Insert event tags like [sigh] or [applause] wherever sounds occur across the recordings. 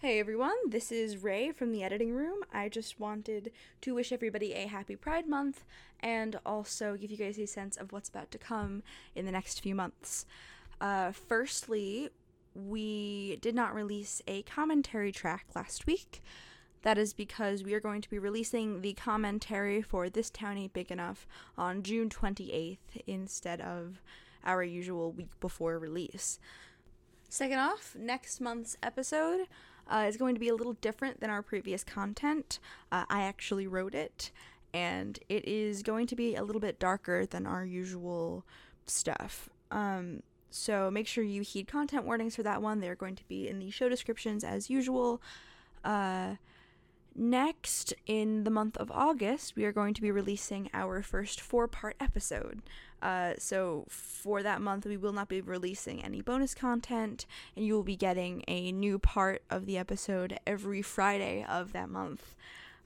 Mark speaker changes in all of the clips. Speaker 1: Hey everyone, this is Ray from the editing room. I just wanted to wish everybody a happy Pride Month and also give you guys a sense of what's about to come in the next few months. Uh, firstly, we did not release a commentary track last week. That is because we are going to be releasing the commentary for This Town Ain't Big Enough on June 28th instead of our usual week before release. Second off, next month's episode uh, is going to be a little different than our previous content. Uh, I actually wrote it, and it is going to be a little bit darker than our usual stuff. Um, so make sure you heed content warnings for that one. They're going to be in the show descriptions as usual. Uh, next, in the month of August, we are going to be releasing our first four part episode. Uh, so for that month, we will not be releasing any bonus content, and you will be getting a new part of the episode every Friday of that month.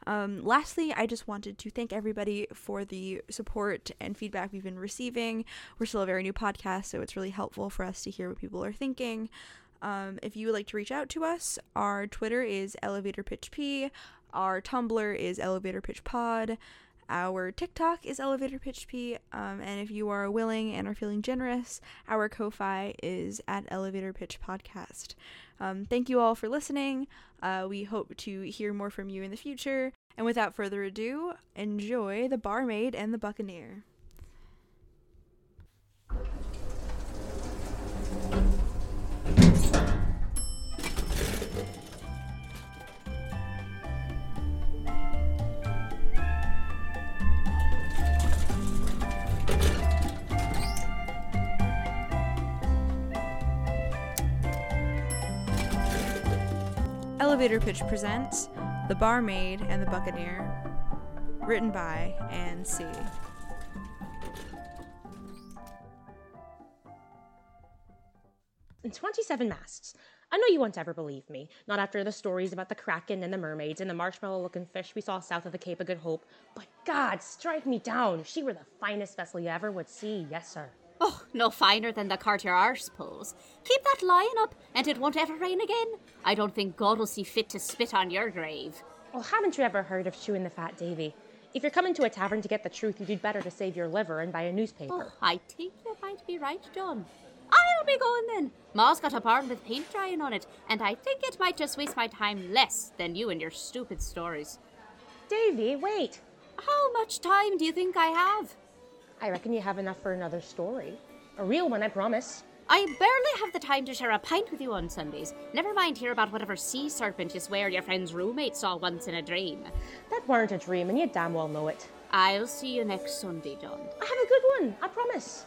Speaker 1: Um, lastly, I just wanted to thank everybody for the support and feedback we've been receiving. We're still a very new podcast, so it's really helpful for us to hear what people are thinking. Um, if you would like to reach out to us, our Twitter is Elevator Pitch P, our Tumblr is Elevator Pitch Pod, our TikTok is Elevator Pitch P, um, and if you are willing and are feeling generous, our Ko-fi is at Elevator Pitch Podcast. Um, thank you all for listening. Uh, we hope to hear more from you in the future. And without further ado, enjoy The Barmaid and the Buccaneer. Elevator Pitch presents The Barmaid and the Buccaneer, written by Anne C.
Speaker 2: and 27 masts. I know you won't ever believe me, not after the stories about the kraken and the mermaids and the marshmallow looking fish we saw south of the Cape of Good Hope, but God, strike me down. She were the finest vessel you ever would see, yes, sir.
Speaker 3: Oh, no finer than the Cartier Arsepoles. Keep that lion up, and it won't ever rain again. I don't think God will see fit to spit on your grave.
Speaker 2: Well, haven't you ever heard of chewing the fat Davy? If you're coming to a tavern to get the truth, you'd do better to save your liver and buy a newspaper.
Speaker 3: Oh, I think you might be right, John. I'll be going then. Ma's got a barn with paint drying on it, and I think it might just waste my time less than you and your stupid stories.
Speaker 2: Davy, wait!
Speaker 3: How much time do you think I have?
Speaker 2: I reckon you have enough for another story. A real one, I promise.
Speaker 3: I barely have the time to share a pint with you on Sundays. Never mind hear about whatever sea serpent you swear your friend's roommate saw once in a dream.
Speaker 2: That weren't a dream, and you damn well know it.
Speaker 3: I'll see you next Sunday, John.
Speaker 2: I have a good one, I promise.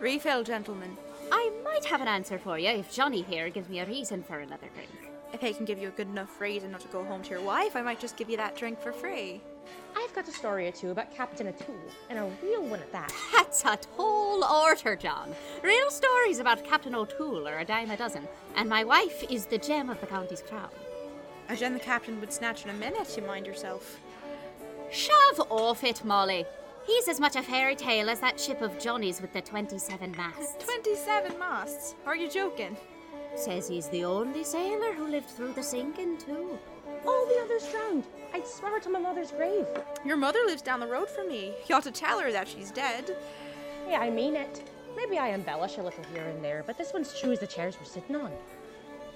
Speaker 1: Refill, gentlemen,
Speaker 3: I might have an answer for you if Johnny here gives me a reason for another drink.
Speaker 1: if I can give you a good enough reason not to go home to your wife, I might just give you that drink for free.
Speaker 2: I've got a story or two about Captain Atul, and a real one at that.
Speaker 3: That's a tall order, John. Real stories about Captain O'Toole are a dime a dozen, and my wife is the gem of the county's crown.
Speaker 1: I Jen the captain would snatch in a minute, you mind yourself.
Speaker 3: Shove off it, Molly. He's as much a fairy tale as that ship of Johnny's with the 27 masts.
Speaker 1: 27 masts. Are you joking?
Speaker 3: Says he's the only sailor who lived through the sinking, too.
Speaker 2: All the others drowned. I'd swear to my mother's grave.
Speaker 1: Your mother lives down the road from me. You ought to tell her that she's dead.
Speaker 2: Yeah, I mean it. Maybe I embellish a little here and there, but this one's true as the chairs we're sitting on.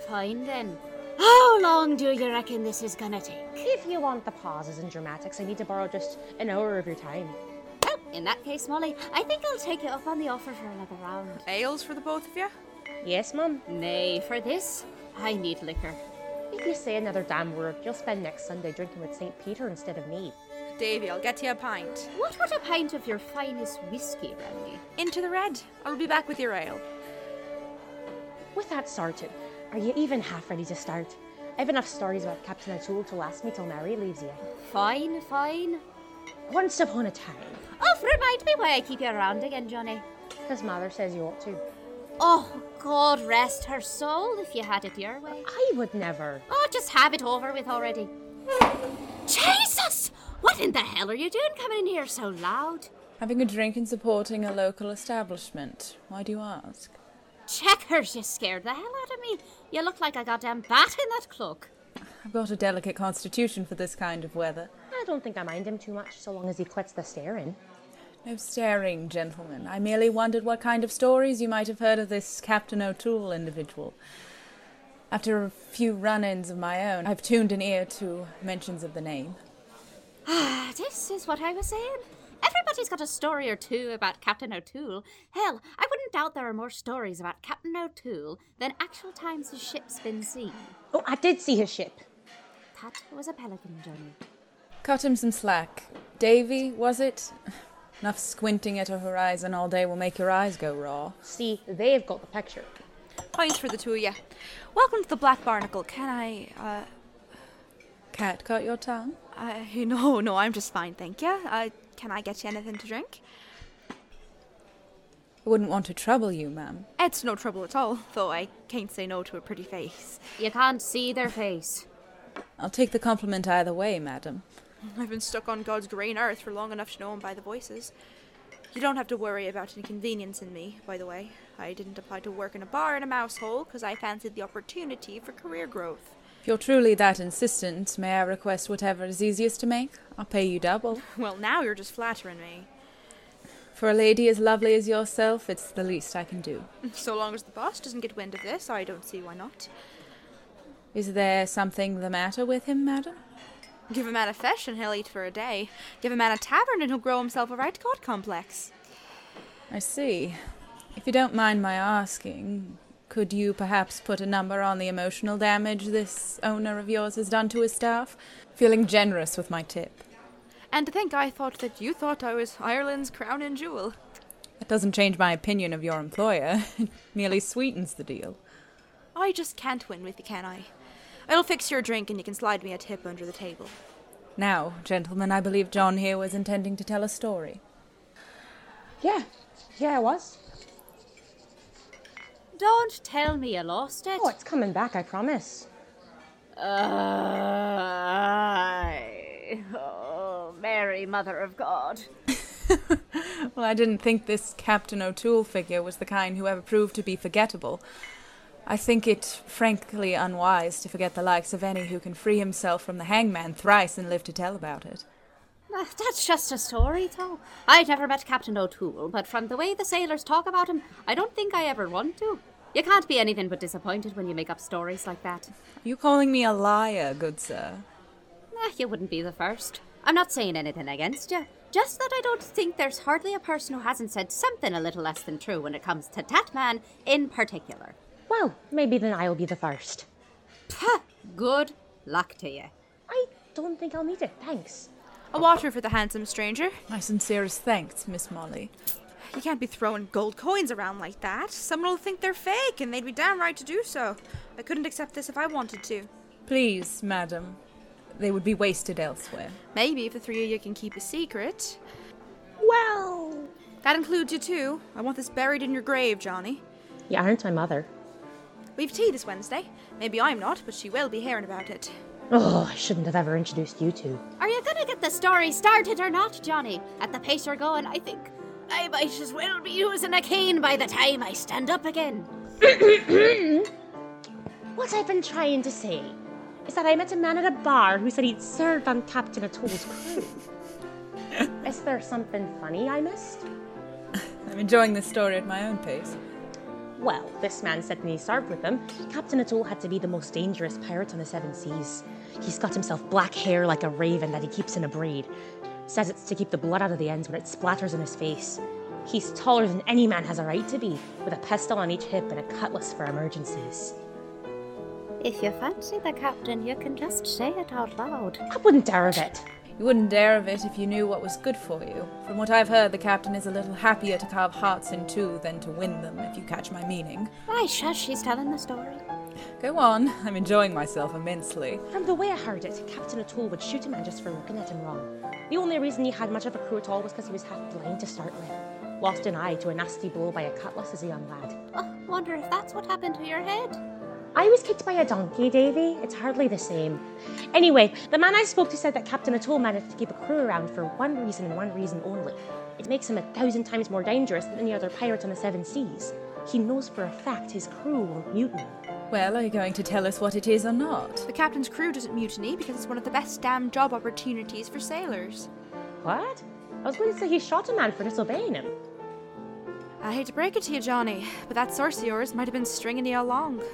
Speaker 3: Fine then. How long do you reckon this is gonna take?
Speaker 2: If you want the pauses and dramatics, I need to borrow just an hour of your time.
Speaker 3: Well, in that case, Molly, I think I'll take you up on the offer for another round.
Speaker 1: Ales for the both of you?
Speaker 2: Yes, Mum.
Speaker 3: Nay, for this, I need liquor.
Speaker 2: If you say another damn word, you'll spend next Sunday drinking with St. Peter instead of me.
Speaker 1: Davy, I'll get you a pint.
Speaker 3: What would a pint of your finest whiskey run me?
Speaker 1: Into the red. I'll be back with your ale.
Speaker 2: With that sorted, are you even half ready to start? I've enough stories about Captain O'Toole to last me till Mary leaves you.
Speaker 3: Fine, fine.
Speaker 2: Once upon a time,
Speaker 3: Oh, remind me why I keep you around again, Johnny.
Speaker 2: 'cause Mother says you ought to.
Speaker 3: Oh, God rest her soul if you had it your way.
Speaker 2: I would never.
Speaker 3: Oh, just have it over with already. Jesus! What in the hell are you doing coming in here so loud?
Speaker 4: Having a drink and supporting a local establishment. Why do you ask?
Speaker 3: Checkers, you scared the hell out of me. You look like a goddamn bat in that cloak.
Speaker 4: I've got a delicate constitution for this kind of weather.
Speaker 2: I don't think I mind him too much so long as he quits the staring.
Speaker 4: No staring, gentlemen. I merely wondered what kind of stories you might have heard of this Captain O'Toole individual. After a few run ins of my own, I've tuned an ear to mentions of the name.
Speaker 3: Ah, this is what I was saying. Everybody's got a story or two about Captain O'Toole. Hell, I wouldn't doubt there are more stories about Captain O'Toole than actual times his ship's been seen.
Speaker 2: Oh, I did see his ship.
Speaker 3: That was a pelican, Johnny.
Speaker 4: Cut him some slack. Davy, was it? [sighs] Enough squinting at a horizon all day will make your eyes go raw.
Speaker 2: See, they've got the picture.
Speaker 1: Points for the two of you. Welcome to the Black Barnacle. Can I, uh,
Speaker 4: Cat caught your tongue?
Speaker 1: I, [laughs] no, no, I'm just fine, thank you. Uh, can I get you anything to drink?
Speaker 4: I wouldn't want to trouble you, ma'am.
Speaker 1: It's no trouble at all, though I can't say no to a pretty face.
Speaker 3: You can't see their face.
Speaker 4: I'll take the compliment either way, madam.
Speaker 1: I've been stuck on God's green earth for long enough to know him by the voices. You don't have to worry about inconvenience in me, by the way. I didn't apply to work in a bar in a mouse hole because I fancied the opportunity for career growth.
Speaker 4: If you're truly that insistent, may I request whatever is easiest to make? I'll pay you double.
Speaker 1: Well, now you're just flattering me. [laughs]
Speaker 4: For a lady as lovely as yourself, it's the least I can do.
Speaker 1: So long as the boss doesn't get wind of this, I don't see why not.
Speaker 4: Is there something the matter with him, madam?
Speaker 1: Give a man a fish and he'll eat for a day. Give a man a tavern and he'll grow himself a right god complex.
Speaker 4: I see. If you don't mind my asking, could you perhaps put a number on the emotional damage this owner of yours has done to his staff? Feeling generous with my tip.
Speaker 1: And to think I thought that you thought I was Ireland's crown and jewel.
Speaker 4: That doesn't change my opinion of your employer, [laughs] it merely sweetens the deal.
Speaker 1: I just can't win with you, can I? I'll fix your drink and you can slide me a tip under the table.
Speaker 4: Now, gentlemen, I believe John here was intending to tell a story.
Speaker 2: Yeah, yeah, it was.
Speaker 3: Don't tell me you lost it.
Speaker 2: Oh, it's coming back, I promise.
Speaker 3: Aye. oh, Mary, Mother of God.
Speaker 4: Well, I didn't think this Captain O'Toole figure was the kind who ever proved to be forgettable. I think it frankly unwise to forget the likes of any who can free himself from the hangman thrice and live to tell about it.
Speaker 3: Ah, That's just a story, though. I never met Captain O'Toole, but from the way the sailors talk about him, I don't think I ever want to. You can't be anything but disappointed when you make up stories like that.
Speaker 4: Are you calling me a liar, good sir?
Speaker 3: Ah, you wouldn't be the first. I'm not saying anything against you. Just that I don't think there's hardly a person who hasn't said something a little less than true when it comes to that man in particular.
Speaker 2: Well, maybe then I'll be the first.
Speaker 3: Pah, good luck to you.
Speaker 2: I don't think I'll need it, thanks.
Speaker 1: A water for the handsome stranger.
Speaker 4: My sincerest thanks, Miss Molly.
Speaker 1: You can't be throwing gold coins around like that. Someone will think they're fake, and they'd be damn right to do so. I couldn't accept this if I wanted to.
Speaker 4: Please, madam. They would be wasted elsewhere.
Speaker 1: Maybe if the three of you can keep a secret.
Speaker 2: Well.
Speaker 1: That includes you too. I want this buried in your grave, Johnny.
Speaker 2: You aren't my mother.
Speaker 1: We've tea this Wednesday. Maybe I'm not, but she will be hearing about it.
Speaker 2: Oh, I shouldn't have ever introduced you two.
Speaker 3: Are you gonna get the story started or not, Johnny? At the pace you're going, I think I might as well be using a cane by the time I stand up again.
Speaker 2: What I've been trying to say is that I met a man at a bar who said he'd served on Captain O'Toole's crew. is there something funny I missed?
Speaker 4: I'm enjoying this story at my own pace.
Speaker 2: Well, this man said when he served with him, Captain O'Toole had to be the most dangerous pirate on the seven seas. He's got himself black hair like a raven that he keeps in a braid. Says it's to keep the blood out of the ends when it splatters on his face. He's taller than any man has a right to be, with a pistol on each hip and a cutlass for emergencies.
Speaker 3: If you fancy the captain, you can just say it out loud.
Speaker 2: I wouldn't dare of it.
Speaker 4: You wouldn't dare of it if you knew what was good for you. From what I've heard, the captain is a little happier to carve hearts in two than to win them, if you catch my meaning.
Speaker 3: Why, shush, she's telling the story.
Speaker 4: Go on, [laughs] I'm enjoying myself immensely.
Speaker 2: From the way I heard it, Captain O'Toole would shoot a man just for looking at him wrong. The only reason he had much of a crew at all was because he was half blind to start with. Lost an eye to a nasty blow by a cutlass as a young lad.
Speaker 3: Oh, wonder if that's what happened to your head.
Speaker 2: I was kicked by a donkey, Davy. It's hardly the same. Anyway, the man I spoke to said that Captain Atoll managed to keep a crew around for one reason and one reason only. It makes him a thousand times more dangerous than any other pirate on the seven seas. He knows for a fact his crew won't mutiny.
Speaker 4: Well, are you going to tell us what it is or not?
Speaker 1: The captain's crew doesn't mutiny because it's one of the best damn job opportunities for sailors.
Speaker 2: What? I was going to say he shot a man for disobeying him.
Speaker 1: I hate to break it to you, Johnny, but that source of yours might have been stringing you along. [laughs]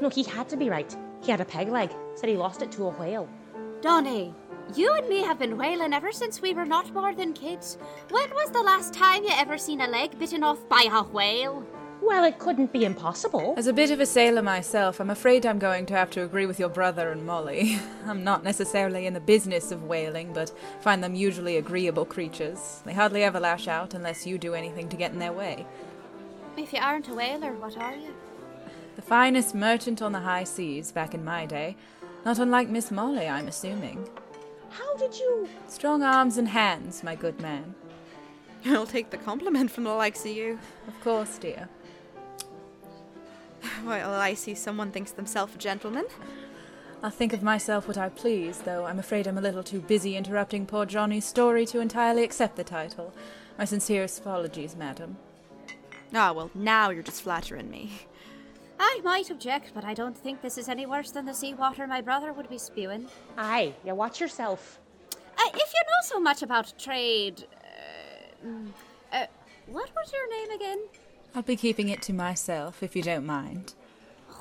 Speaker 2: No, he had to be right. He had a peg leg. Said he lost it to a whale.
Speaker 3: Donny, you and me have been whaling ever since we were not more than kids. When was the last time you ever seen a leg bitten off by a whale?
Speaker 2: Well, it couldn't be impossible.
Speaker 4: As a bit of a sailor myself, I'm afraid I'm going to have to agree with your brother and Molly. [laughs] I'm not necessarily in the business of whaling, but find them usually agreeable creatures. They hardly ever lash out unless you do anything to get in their way.
Speaker 3: If you aren't a whaler, what are you?
Speaker 4: The finest merchant on the high seas back in my day. Not unlike Miss Molly, I'm assuming.
Speaker 2: How did you?
Speaker 4: Strong arms and hands, my good man.
Speaker 1: I'll take the compliment from the likes of you.
Speaker 4: Of course, dear.
Speaker 1: Well, I see someone thinks themselves a gentleman.
Speaker 4: I'll think of myself what I please, though I'm afraid I'm a little too busy interrupting poor Johnny's story to entirely accept the title. My sincerest apologies, madam.
Speaker 1: Ah, well, now you're just flattering me.
Speaker 3: I might object, but I don't think this is any worse than the sea water my brother would be spewing.
Speaker 2: Aye, you watch yourself.
Speaker 3: Uh, if you know so much about trade. Uh, mm, uh, what was your name again?
Speaker 4: I'll be keeping it to myself, if you don't mind.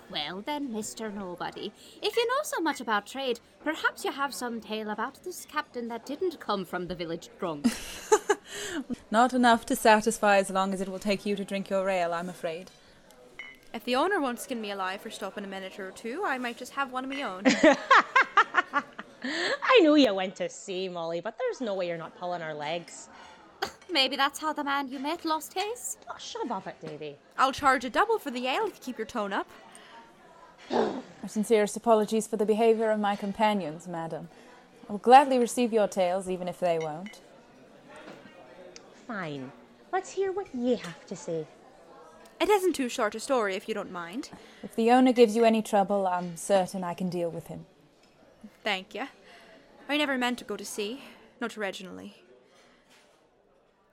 Speaker 3: Well, then, Mr. Nobody, if you know so much about trade, perhaps you have some tale about this captain that didn't come from the village [laughs] drunk.
Speaker 4: Not enough to satisfy as long as it will take you to drink your ale, I'm afraid.
Speaker 1: If the owner won't skin me alive for stopping a minute or two, I might just have one of my [laughs] own.
Speaker 2: I knew you went to sea, Molly, but there's no way you're not pulling our legs.
Speaker 3: Maybe that's how the man you met lost his.
Speaker 2: Oh, shove off it, Davy.
Speaker 1: I'll charge a double for the ale to keep your tone up.
Speaker 4: My sincerest apologies for the behavior of my companions, madam. I will gladly receive your tales, even if they won't.
Speaker 2: Fine. Let's hear what ye have to say.
Speaker 1: It isn't too short a story, if you don't mind.
Speaker 4: If the owner gives you any trouble, I'm certain I can deal with him.
Speaker 1: Thank you. I never meant to go to sea, not originally.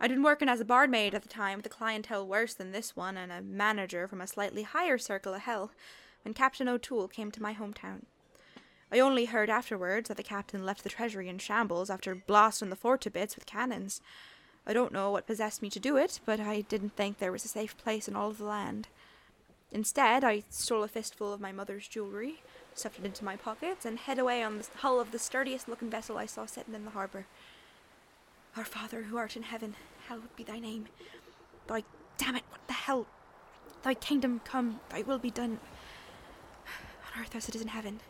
Speaker 1: I'd been working as a barmaid at the time with a clientele worse than this one and a manager from a slightly higher circle of hell when Captain O'Toole came to my hometown. I only heard afterwards that the captain left the treasury in shambles after blasting the fort to bits with cannons. I don't know what possessed me to do it, but I didn't think there was a safe place in all of the land. Instead, I stole a fistful of my mother's jewellery, stuffed it into my pockets, and head away on the hull of the sturdiest looking vessel I saw sitting in the harbour. Our Father who art in heaven, hallowed be thy name. Thy damn it, what the hell? Thy kingdom come, thy will be done. On earth as it is in heaven.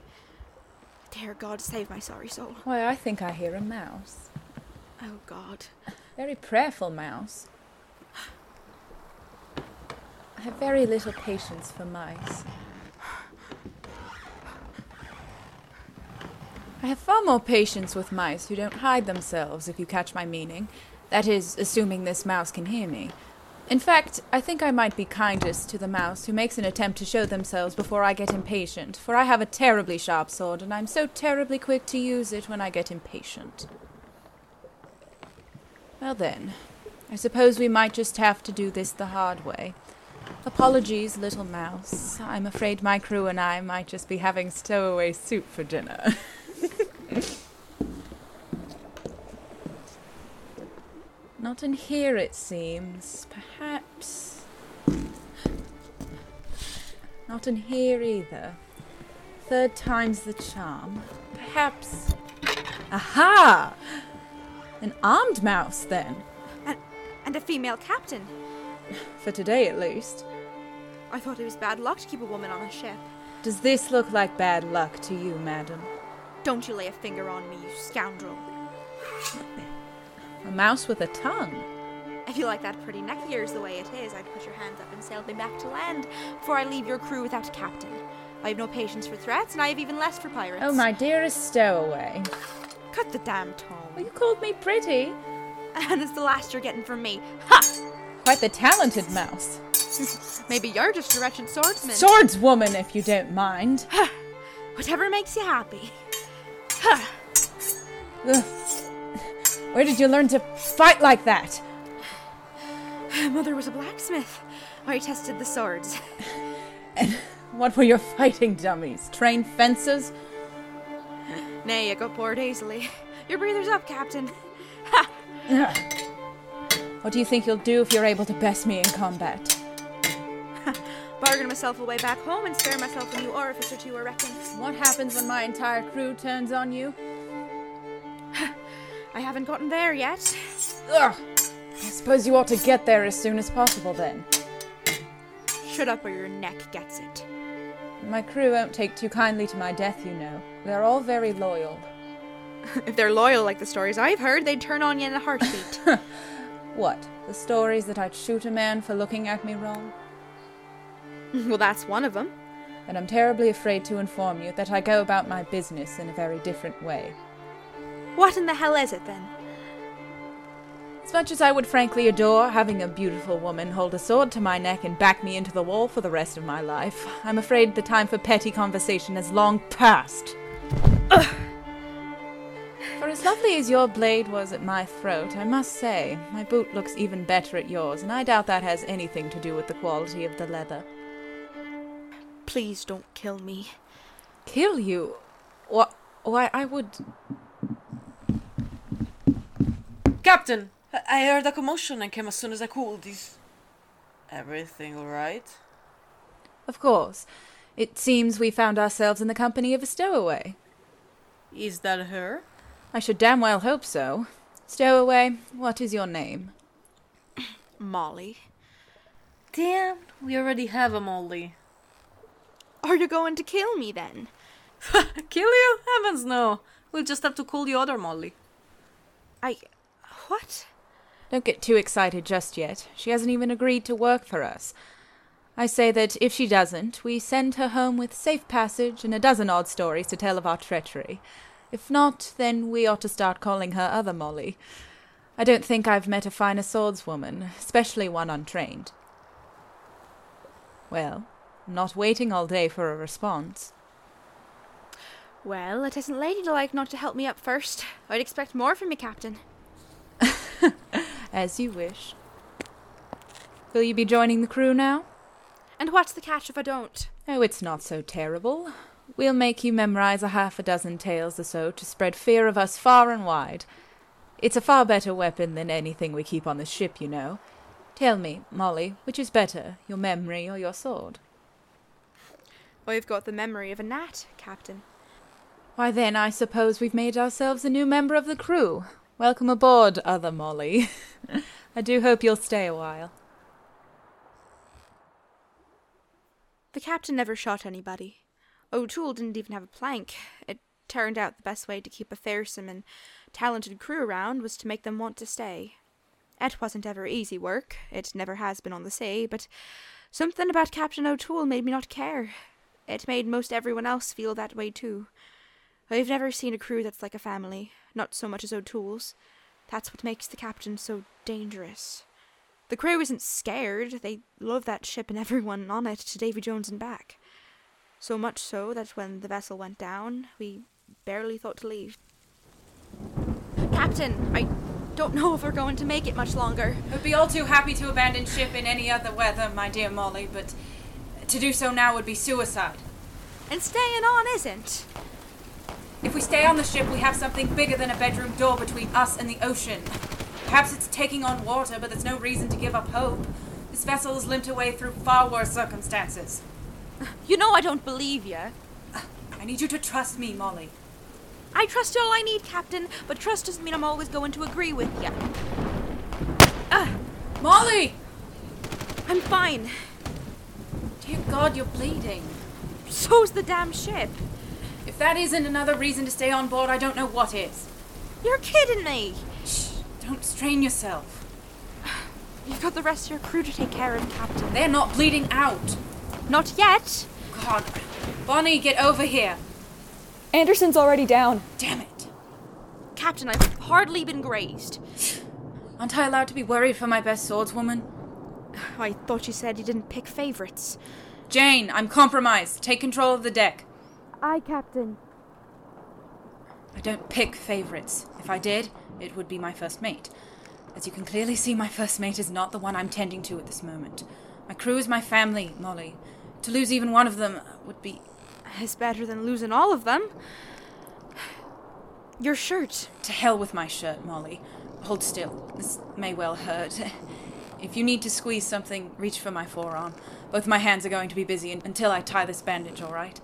Speaker 1: Dear God, save my sorry soul.
Speaker 4: Why, I think I hear a mouse.
Speaker 1: Oh God.
Speaker 4: Very prayerful mouse. I have very little patience for mice. I have far more patience with mice who don't hide themselves, if you catch my meaning. That is, assuming this mouse can hear me. In fact, I think I might be kindest to the mouse who makes an attempt to show themselves before I get impatient, for I have a terribly sharp sword, and I'm so terribly quick to use it when I get impatient. Well then, I suppose we might just have to do this the hard way. Apologies, little mouse. I'm afraid my crew and I might just be having stowaway soup for dinner. [laughs] Not in here, it seems. Perhaps. Not in here either. Third time's the charm. Perhaps. Aha! An armed mouse, then.
Speaker 1: And, and a female captain.
Speaker 4: For today, at least.
Speaker 1: I thought it was bad luck to keep a woman on a ship.
Speaker 4: Does this look like bad luck to you, madam?
Speaker 1: Don't you lay a finger on me, you scoundrel.
Speaker 4: A mouse with a tongue?
Speaker 1: If you like that pretty neck of yours the way it is, I'd put your hands up and sail me back to land before I leave your crew without a captain. I have no patience for threats, and I have even less for pirates.
Speaker 4: Oh, my dearest stowaway.
Speaker 1: Cut the damn
Speaker 4: Well,
Speaker 1: tone.
Speaker 4: you called me pretty.
Speaker 1: And it's the last you're getting from me. Ha!
Speaker 4: Quite the talented mouse.
Speaker 1: Maybe you're just a wretched swordsman.
Speaker 4: Swordswoman, if you don't mind.
Speaker 1: Whatever makes you happy.
Speaker 4: Ugh. Where did you learn to fight like that?
Speaker 1: My mother was a blacksmith. where he tested the swords.
Speaker 4: What were your fighting dummies? Train fences?
Speaker 1: Nay, I got bored easily. Your breather's up, Captain.
Speaker 4: What do you think you'll do if you're able to best me in combat?
Speaker 1: Bargain myself away back home and spare myself a new orifice or two, I reckon.
Speaker 4: What happens when my entire crew turns on you?
Speaker 1: I haven't gotten there yet.
Speaker 4: Ugh! I suppose you ought to get there as soon as possible then.
Speaker 1: Shut up or your neck gets it.
Speaker 4: My crew won't take too kindly to my death, you know. They're all very loyal.
Speaker 1: If they're loyal like the stories I've heard, they'd turn on you in a [laughs] heartbeat.
Speaker 4: What? The stories that I'd shoot a man for looking at me wrong?
Speaker 1: well, that's one of them.
Speaker 4: And I'm terribly afraid to inform you that I go about my business in a very different way.
Speaker 1: What in the hell is it then?
Speaker 4: As much as I would frankly adore having a beautiful woman hold a sword to my neck and back me into the wall for the rest of my life, I'm afraid the time for petty conversation has long passed. [sighs] For as lovely as your blade was at my throat, I must say, my boot looks even better at yours, and I doubt that has anything to do with the quality of the leather.
Speaker 1: Please don't kill me.
Speaker 4: Kill you? What? Why, I would.
Speaker 5: Captain, I- I heard a commotion and came as soon as I could. Is everything alright?
Speaker 4: Of course. It seems we found ourselves in the company of a stowaway.
Speaker 5: Is that her?
Speaker 4: I should damn well hope so. Stowaway, what is your name?
Speaker 1: Molly.
Speaker 5: Damn, we already have a Molly.
Speaker 1: Are you going to kill me then?
Speaker 5: Kill you? Heavens no. We'll just have to call the other Molly.
Speaker 1: I. What?
Speaker 4: Don't get too excited just yet. She hasn't even agreed to work for us. I say that if she doesn't, we send her home with safe passage and a dozen odd stories to tell of our treachery. If not, then we ought to start calling her other Molly. I don't think I've met a finer swordswoman, especially one untrained. Well, I'm not waiting all day for a response.
Speaker 1: Well, it isn't ladylike not to help me up first. I'd expect more from you, Captain.
Speaker 4: As you wish. Will you be joining the crew now?
Speaker 1: And what's the catch if I don't?
Speaker 4: Oh, it's not so terrible. We'll make you memorize a half a dozen tales or so to spread fear of us far and wide. It's a far better weapon than anything we keep on the ship, you know. Tell me, Molly, which is better, your memory or your sword?
Speaker 1: I've got the memory of a gnat, Captain.
Speaker 4: Why then, I suppose we've made ourselves a new member of the crew. Welcome aboard, other Molly. [laughs] I do hope you'll stay a while.
Speaker 1: The captain never shot anybody. O'Toole didn't even have a plank. It turned out the best way to keep a fearsome and talented crew around was to make them want to stay. It wasn't ever easy work. It never has been on the sea, but something about Captain O'Toole made me not care. It made most everyone else feel that way too. I've never seen a crew that's like a family, not so much as O'Toole's. That's what makes the captain so dangerous. The crew isn't scared. They love that ship and [laughs] everyone on it to Davy Jones and back. So much so that when the vessel went down, we barely thought to leave. Captain, I don't know if we're going to make it much longer.
Speaker 4: would be all too happy to abandon ship in any other weather, my dear Molly, but to do so now would be suicide.
Speaker 1: And staying on isn't.
Speaker 4: If we stay on the ship, we have something bigger than a bedroom door between us and the ocean. Perhaps it's taking on water, but there's no reason to give up hope. This vessel has limped away through far worse circumstances.
Speaker 1: You know I don't believe you.
Speaker 4: I need you to trust me, Molly.
Speaker 1: I trust all I need, Captain, but trust doesn't mean I'm always going to agree with you.
Speaker 4: Molly!
Speaker 1: I'm fine.
Speaker 4: Dear God, you're bleeding.
Speaker 1: So's the damn ship.
Speaker 4: If that isn't another reason to stay on board, I don't know what is.
Speaker 1: You're kidding me.
Speaker 4: Shh, don't strain yourself.
Speaker 1: You've got the rest of your crew to take care of, Captain.
Speaker 4: They're not bleeding out.
Speaker 1: Not yet.
Speaker 4: God. Bonnie, get over here.
Speaker 6: Anderson's already down.
Speaker 4: Damn it.
Speaker 1: Captain, I've hardly been grazed.
Speaker 4: Aren't I allowed to be worried for my best swordswoman?
Speaker 1: I thought you said you didn't pick favorites.
Speaker 4: Jane, I'm compromised. Take control of the deck.
Speaker 6: Aye, Captain.
Speaker 4: I don't pick favorites. If I did, it would be my first mate. As you can clearly see, my first mate is not the one I'm tending to at this moment. My crew is my family, Molly. To lose even one of them would be.
Speaker 1: It's better than losing all of them. Your shirt.
Speaker 4: To hell with my shirt, Molly. Hold still. This may well hurt. [laughs] If you need to squeeze something, reach for my forearm. Both my hands are going to be busy un- until I tie this bandage, all right?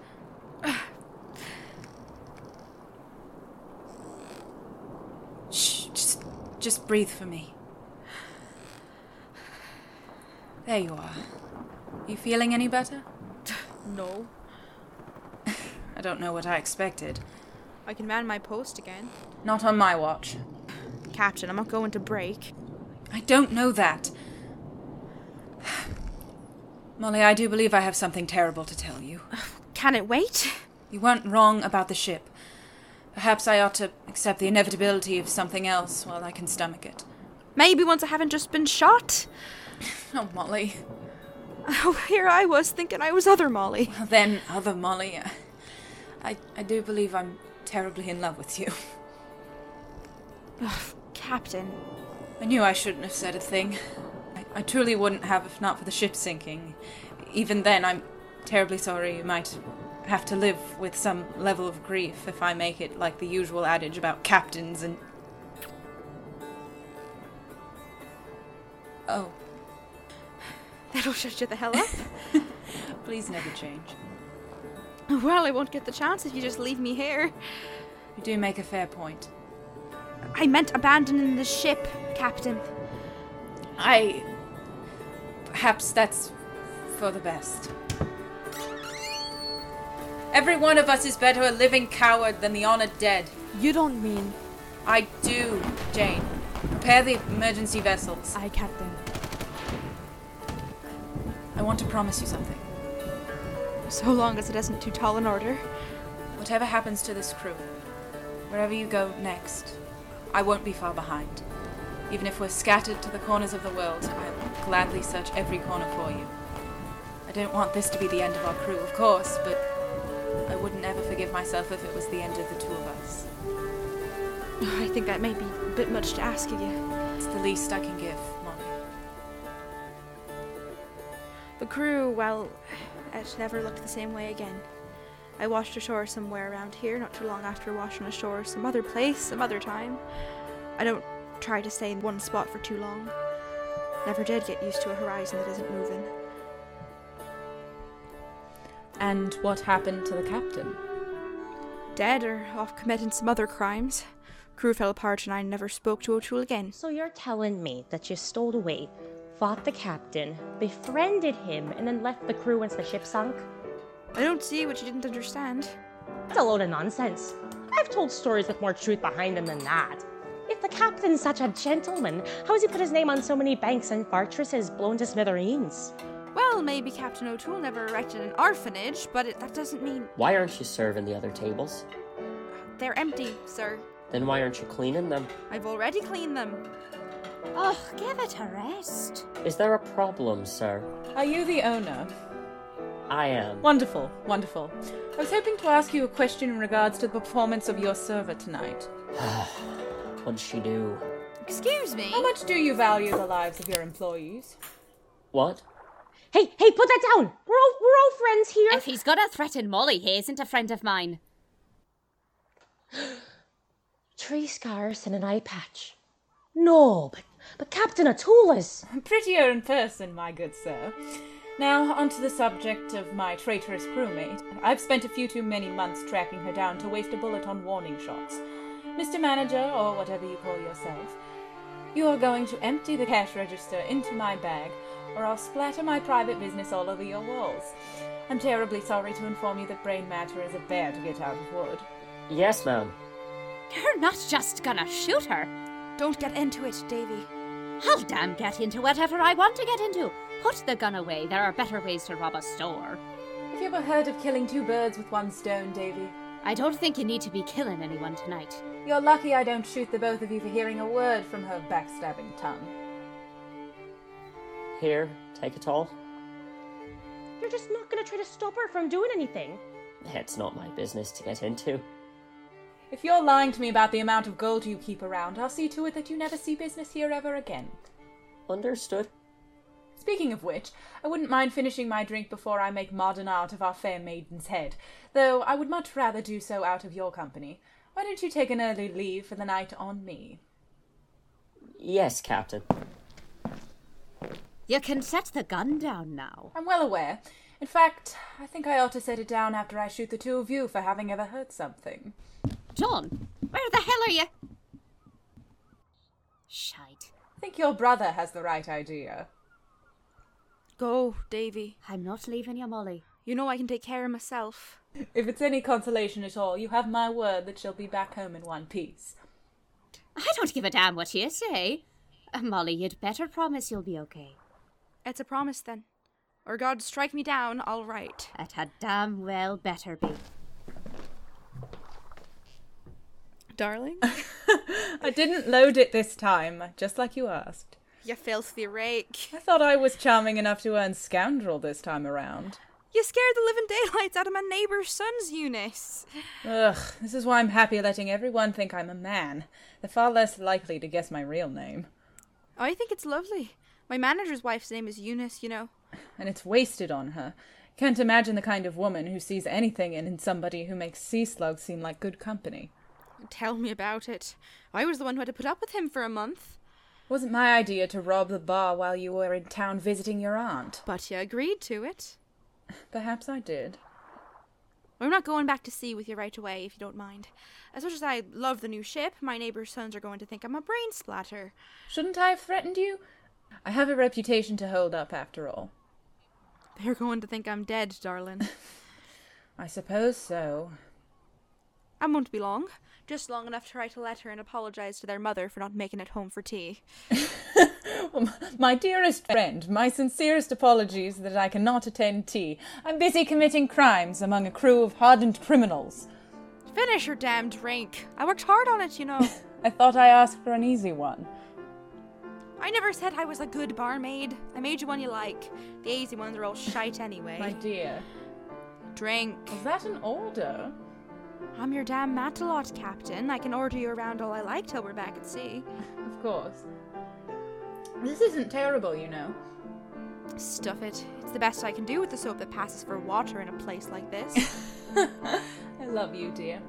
Speaker 4: [sighs] Shh, just, just breathe for me. There you are. You feeling any better?
Speaker 1: No.
Speaker 4: [laughs] I don't know what I expected.
Speaker 1: I can man my post again.
Speaker 4: Not on my watch.
Speaker 1: Captain, I'm not going to break.
Speaker 4: I don't know that. Molly, I do believe I have something terrible to tell you.
Speaker 1: Can it wait?
Speaker 4: You weren't wrong about the ship. Perhaps I ought to accept the inevitability of something else while I can stomach it.
Speaker 1: Maybe once I haven't just been shot?
Speaker 4: Oh, Molly. [laughs]
Speaker 1: Oh, here I was thinking I was other Molly. [sighs]
Speaker 4: Then, other Molly, I- I, I do believe I'm terribly in love with you.
Speaker 1: Captain.
Speaker 4: I knew I shouldn't have said a thing. I, I truly wouldn't have if not for the ship sinking. Even then, I'm terribly sorry you might have to live with some level of grief if I make it like the usual adage about captains and. Oh,
Speaker 1: That'll shut you the hell up.
Speaker 4: please never change.
Speaker 1: well, I won't get the chance if you just leave me here.
Speaker 4: You do make a fair point.
Speaker 1: I meant abandoning the ship, Captain.
Speaker 4: I. Perhaps that's for the best. Every one of us is better a living coward than the honored dead.
Speaker 6: You don't mean.
Speaker 4: I do, Jane. Prepare the emergency vessels.
Speaker 6: I, Captain.
Speaker 4: I want to promise you something.
Speaker 1: So long as it isn't too tall an order. [sighs]
Speaker 4: Whatever happens to this crew, wherever you go next, I won't be far behind. Even if we're scattered to the corners of the world, I'll gladly search every corner for you. I don't want this to be the end of our crew, of course, but I wouldn't ever forgive myself if it was the end of the two of us.
Speaker 1: I think that may be a bit much to ask of you.
Speaker 4: It's the least I can give, Molly.
Speaker 1: The crew, well, it never looked the same way again. I washed ashore somewhere around here not too long after washing ashore some other place, some other time. I don't try to stay in one spot for too long. Never did get used to a horizon that isn't moving.
Speaker 4: And what happened to the captain?
Speaker 1: Dead or off committing some other crimes. Crew fell apart and I never spoke to O'Toole again.
Speaker 2: So you're telling me that you stole away, fought the captain, befriended him, and then left the crew once the ship sunk?
Speaker 1: I don't see what you didn't understand.
Speaker 2: That's a load of nonsense. I've told stories with more truth behind them than that. If the captain's such a gentleman, how has he put his name on so many banks and fortresses blown to smithereens?
Speaker 1: Well, maybe Captain O'Toole never erected an orphanage, but it, that doesn't mean
Speaker 7: Why aren't you serving the other tables?
Speaker 1: they're empty, sir.
Speaker 7: Then why aren't you cleaning them?
Speaker 1: I've already cleaned them.
Speaker 3: Oh, give it a rest.
Speaker 7: Is there a problem, sir?
Speaker 4: Are you the owner?
Speaker 7: I am.
Speaker 4: Wonderful, wonderful. I was hoping to ask you a question in regards to the performance of your server tonight.
Speaker 7: What'd she do?
Speaker 1: Excuse me.
Speaker 4: How much do you value the lives of your employees?
Speaker 7: What?
Speaker 2: Hey, hey, put that down! We're all, we're all friends here!
Speaker 3: If he's gonna threaten Molly, he isn't a friend of mine.
Speaker 2: Tree scars and an eye patch. No, but, but Captain O'Toole is.
Speaker 4: Prettier in person, my good sir. Now, onto the subject of my traitorous crewmate. I've spent a few too many months tracking her down to waste a bullet on warning shots. Mr. Manager, or whatever you call yourself, you are going to empty the cash register into my bag, or I'll splatter my private business all over your walls. I'm terribly sorry to inform you that brain matter is a bear to get out of wood.
Speaker 7: Yes, ma'am.
Speaker 3: You're not just gonna shoot her.
Speaker 1: Don't get into it, Davy.
Speaker 3: I'll damn get into whatever I want to get into. Put the gun away. There are better ways to rob a store.
Speaker 4: Have you ever heard of killing two birds with one stone, Davy?
Speaker 3: I don't think you need to be killing anyone tonight.
Speaker 4: You're lucky I don't shoot the both of you for hearing a word from her backstabbing tongue.
Speaker 7: Here, take it all.
Speaker 2: You're just not gonna try to stop her from doing anything.
Speaker 7: It's not my business to get into.
Speaker 4: If you're lying to me about the amount of gold you keep around, I'll see to it that you never see business here ever again.
Speaker 7: Understood.
Speaker 4: Speaking of which, I wouldn't mind finishing my drink before I make modern art of our fair maiden's head, though I would much rather do so out of your company. Why don't you take an early leave for the night on me?
Speaker 7: Yes, Captain.
Speaker 3: You can set the gun down now.
Speaker 4: I'm well aware. In fact, I think I ought to set it down after I shoot the two of you for having ever heard something.
Speaker 3: John, where the hell are you? Shite.
Speaker 4: I think your brother has the right idea.
Speaker 1: Go, Davy.
Speaker 3: I'm not leaving you, Molly.
Speaker 1: You know I can take care of myself.
Speaker 4: If it's any consolation at all, you have my word that she'll be back home in one piece.
Speaker 3: I don't give a damn what you say. Uh, Molly, you'd better promise you'll be okay.
Speaker 1: It's a promise then. Or God strike me down, I'll write.
Speaker 3: It had damn well better be.
Speaker 1: Darling?
Speaker 4: I didn't load it this time, just like you asked.
Speaker 1: [laughs] you filthy rake.
Speaker 4: I thought I was charming enough to earn scoundrel this time around.
Speaker 1: You scared the living daylights out of my neighbor's sons, Eunice.
Speaker 4: Ugh, this is why I'm happy letting everyone think I'm a man. They're far less likely to guess my real name.
Speaker 1: I think it's lovely. My manager's wife's name is Eunice, you know.
Speaker 4: And it's wasted on her. Can't imagine the kind of woman who sees anything in, in somebody who makes sea slugs seem like good company.
Speaker 1: Tell me about it. I was the one who had to put up with him for a month.
Speaker 4: Wasn't my idea to rob the bar while you were in town visiting your aunt.
Speaker 1: But you agreed to it.
Speaker 4: Perhaps I did.
Speaker 1: I'm not going back to sea with you right away, if you don't mind. As much as I love the new ship, my neighbor's sons are going to think I'm a brain splatter.
Speaker 4: Shouldn't I have threatened you? I have a reputation to hold up after all.
Speaker 1: They're going to think I'm dead, darling.
Speaker 4: I suppose so.
Speaker 1: I won't be long. Just long enough to write a letter and apologize to their mother for not making it home for tea.
Speaker 4: Oh, My dearest friend, my sincerest apologies that I cannot attend tea. I'm busy committing crimes among a crew of hardened criminals.
Speaker 1: Finish your damn drink. I worked hard on it, you know.
Speaker 4: I thought I asked for an easy one.
Speaker 1: I never said I was a good barmaid. I made you one you like. The easy ones are all shite
Speaker 4: My
Speaker 1: anyway.
Speaker 4: dear,
Speaker 1: Drink.
Speaker 4: is that an order?
Speaker 1: I'm your damn Matelote, Captain. I can order you around all I like till we're back at sea.
Speaker 4: Of course. This isn't terrible, you know.
Speaker 1: Stuff it. It's the best I can do with the soap that passes for water in a place like [laughs] this.
Speaker 4: I love you, dear.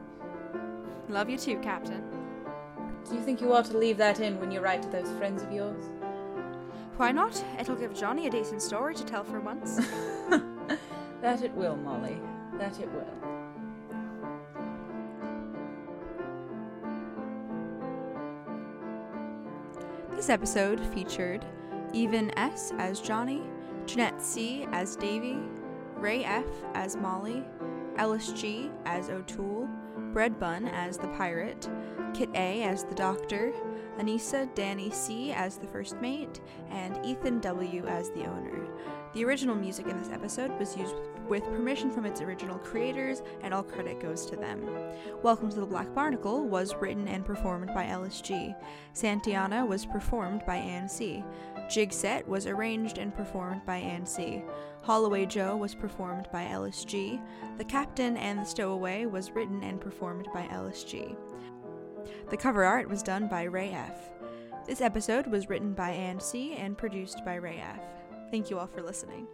Speaker 1: Love you too, Captain.
Speaker 4: Do you think you ought to leave that in when you write to those friends of yours?
Speaker 1: Why not? It'll give Johnny a decent story to tell for once.
Speaker 4: That it will, Molly. That it will.
Speaker 1: [laughs] This episode featured Even S as Johnny, Jeanette C as Davy, Ray F as Molly, Ellis G as O'Toole, Bread Bun as the pirate, Kit A as the doctor, Anissa Danny C as the first mate, and Ethan W as the owner. The original music in this episode was used with permission from its original creators, and all credit goes to them. Welcome to the Black Barnacle was written and performed by LSG. Santiana was performed by Ann C. Jig Set was arranged and performed by Ann C. Holloway Joe was performed by LSG. The Captain and the Stowaway was written and performed by LSG. The cover art was done by Ray F. This episode was written by Ann C and produced by Ray F. Thank you all for listening.